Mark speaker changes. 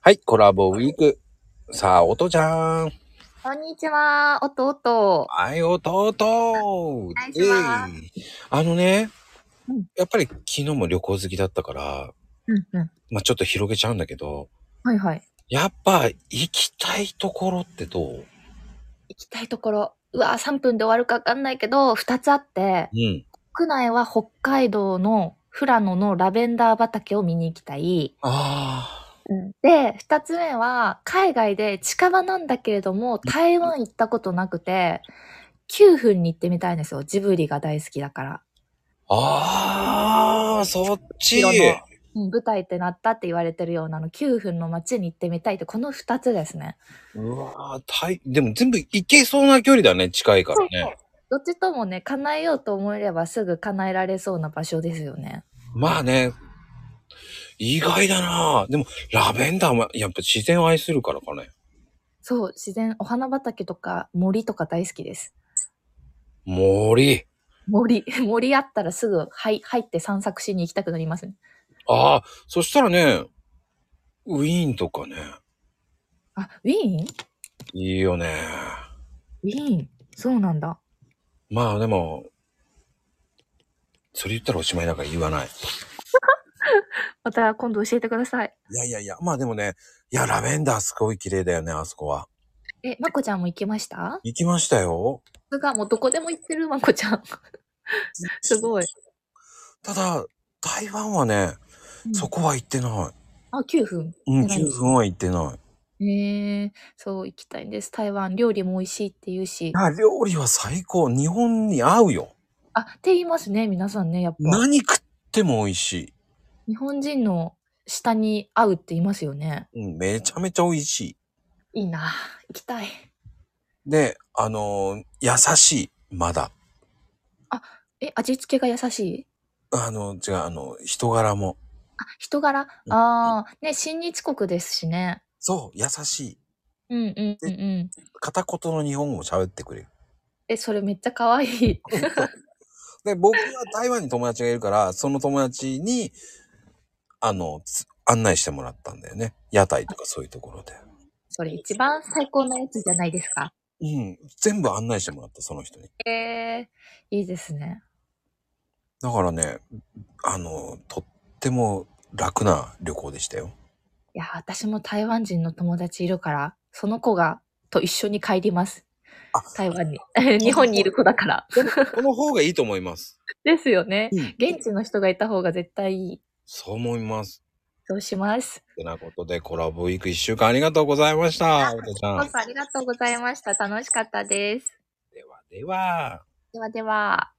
Speaker 1: はい、コラボウィーク。さあ、おとちゃん。
Speaker 2: こんにちは、おとおと。
Speaker 1: はい、おとおと。
Speaker 2: 願いします
Speaker 1: イエイあのね
Speaker 2: うん、
Speaker 1: やっぱり昨日も旅行好きだったから、
Speaker 2: うんうん。
Speaker 1: まあちょっと広げちゃうんだけど、
Speaker 2: はいはい。
Speaker 1: やっぱ行きたいところってどう
Speaker 2: 行きたいところ。うわ、3分で終わるかわかんないけど、2つあって、
Speaker 1: うん。
Speaker 2: 国内は北海道の富良野のラベンダー畑を見に行きたい。
Speaker 1: あ
Speaker 2: で、2つ目は、海外で近場なんだけれども、台湾行ったことなくて、9分に行ってみたいんですよ。ジブリが大好きだから。
Speaker 1: あ。ああ、そっち。
Speaker 2: 色のうん舞台ってなったって言われてるようなあの9分の街に行ってみたいって、この2つですね。
Speaker 1: うわーたい、でも全部行けそうな距離だね、近いから
Speaker 2: そう
Speaker 1: ね。
Speaker 2: どっちともね、叶えようと思えればすぐ叶えられそうな場所ですよね。
Speaker 1: まあね、意外だなでも、ラベンダーも、やっぱ自然を愛するからかね。
Speaker 2: そう、自然、お花畑とか森とか大好きです。
Speaker 1: 森。
Speaker 2: 森、 森あったらすぐ入入って散策しに行きたくなりますね。
Speaker 1: ああ、そしたらね、ウィーンとかね、
Speaker 2: あ、ウィーン
Speaker 1: いいよね。
Speaker 2: ウィーンそうなんだ。
Speaker 1: まあでも、それ言ったらおしまいだから言わない。
Speaker 2: また今度教えてください。
Speaker 1: いやいやいや、まあでもね、いや、ラベンダーすごい綺麗だよね、あそこは。
Speaker 2: え、まこちゃんも行きました
Speaker 1: 行きましたよ。
Speaker 2: すが、もうどこでも行ってるまこちゃん。 すごい。
Speaker 1: ただ、台湾はね、そこは行ってな
Speaker 2: あ、9分。
Speaker 1: い。うん、
Speaker 2: 行ってない
Speaker 1: 9分は行ってない。
Speaker 2: えー、そう、行きたいんです。台湾、料理も美味しいって言うし。
Speaker 1: あ、料理は最高。日本に合うよ。
Speaker 2: あ、って言いますね、皆さんね、やっぱ。
Speaker 1: 何食っても美味し
Speaker 2: 日本人の下に合うって言いますよね。
Speaker 1: い。うん、めちゃめちゃ美味しい。
Speaker 2: いいな行きたい。
Speaker 1: で、あのー優しい。まだ。
Speaker 2: え、味付けが優しい
Speaker 1: あの、違う、あの、人柄も。
Speaker 2: あ、人柄
Speaker 1: うん
Speaker 2: ああ、ね、親日国ですしね。
Speaker 1: そう、優しい。
Speaker 2: うんうんうんうん。
Speaker 1: 片言の日本語も喋ってくれる。
Speaker 2: え、それめっちゃ可愛い。
Speaker 1: で、僕は台湾に友達がいるから、その友達に、あの、つ案内してもらったんだよね。屋台とかそういうところで。
Speaker 2: それ一番最高のやつじゃないですか。
Speaker 1: うん。全部案内してもらった、その人に。
Speaker 2: えー、いいですね。
Speaker 1: だからね、あの、とっても楽な旅行でしたよ。
Speaker 2: いや、私も台湾人の友達いるから、その子が、と一緒に帰ります
Speaker 1: あ。
Speaker 2: 台湾に。 日本にいる子だから。
Speaker 1: でも、この方がいいと思います。
Speaker 2: ですよね。
Speaker 1: うん
Speaker 2: 現地の人がいた方が絶対いい。
Speaker 1: そう思います。
Speaker 2: そうします。
Speaker 1: てなことで、コラボウィーク1週間ありがとうございました。おとちゃん。
Speaker 2: パパありがとうございました。楽しかったです。
Speaker 1: ではでは。
Speaker 2: ではでは。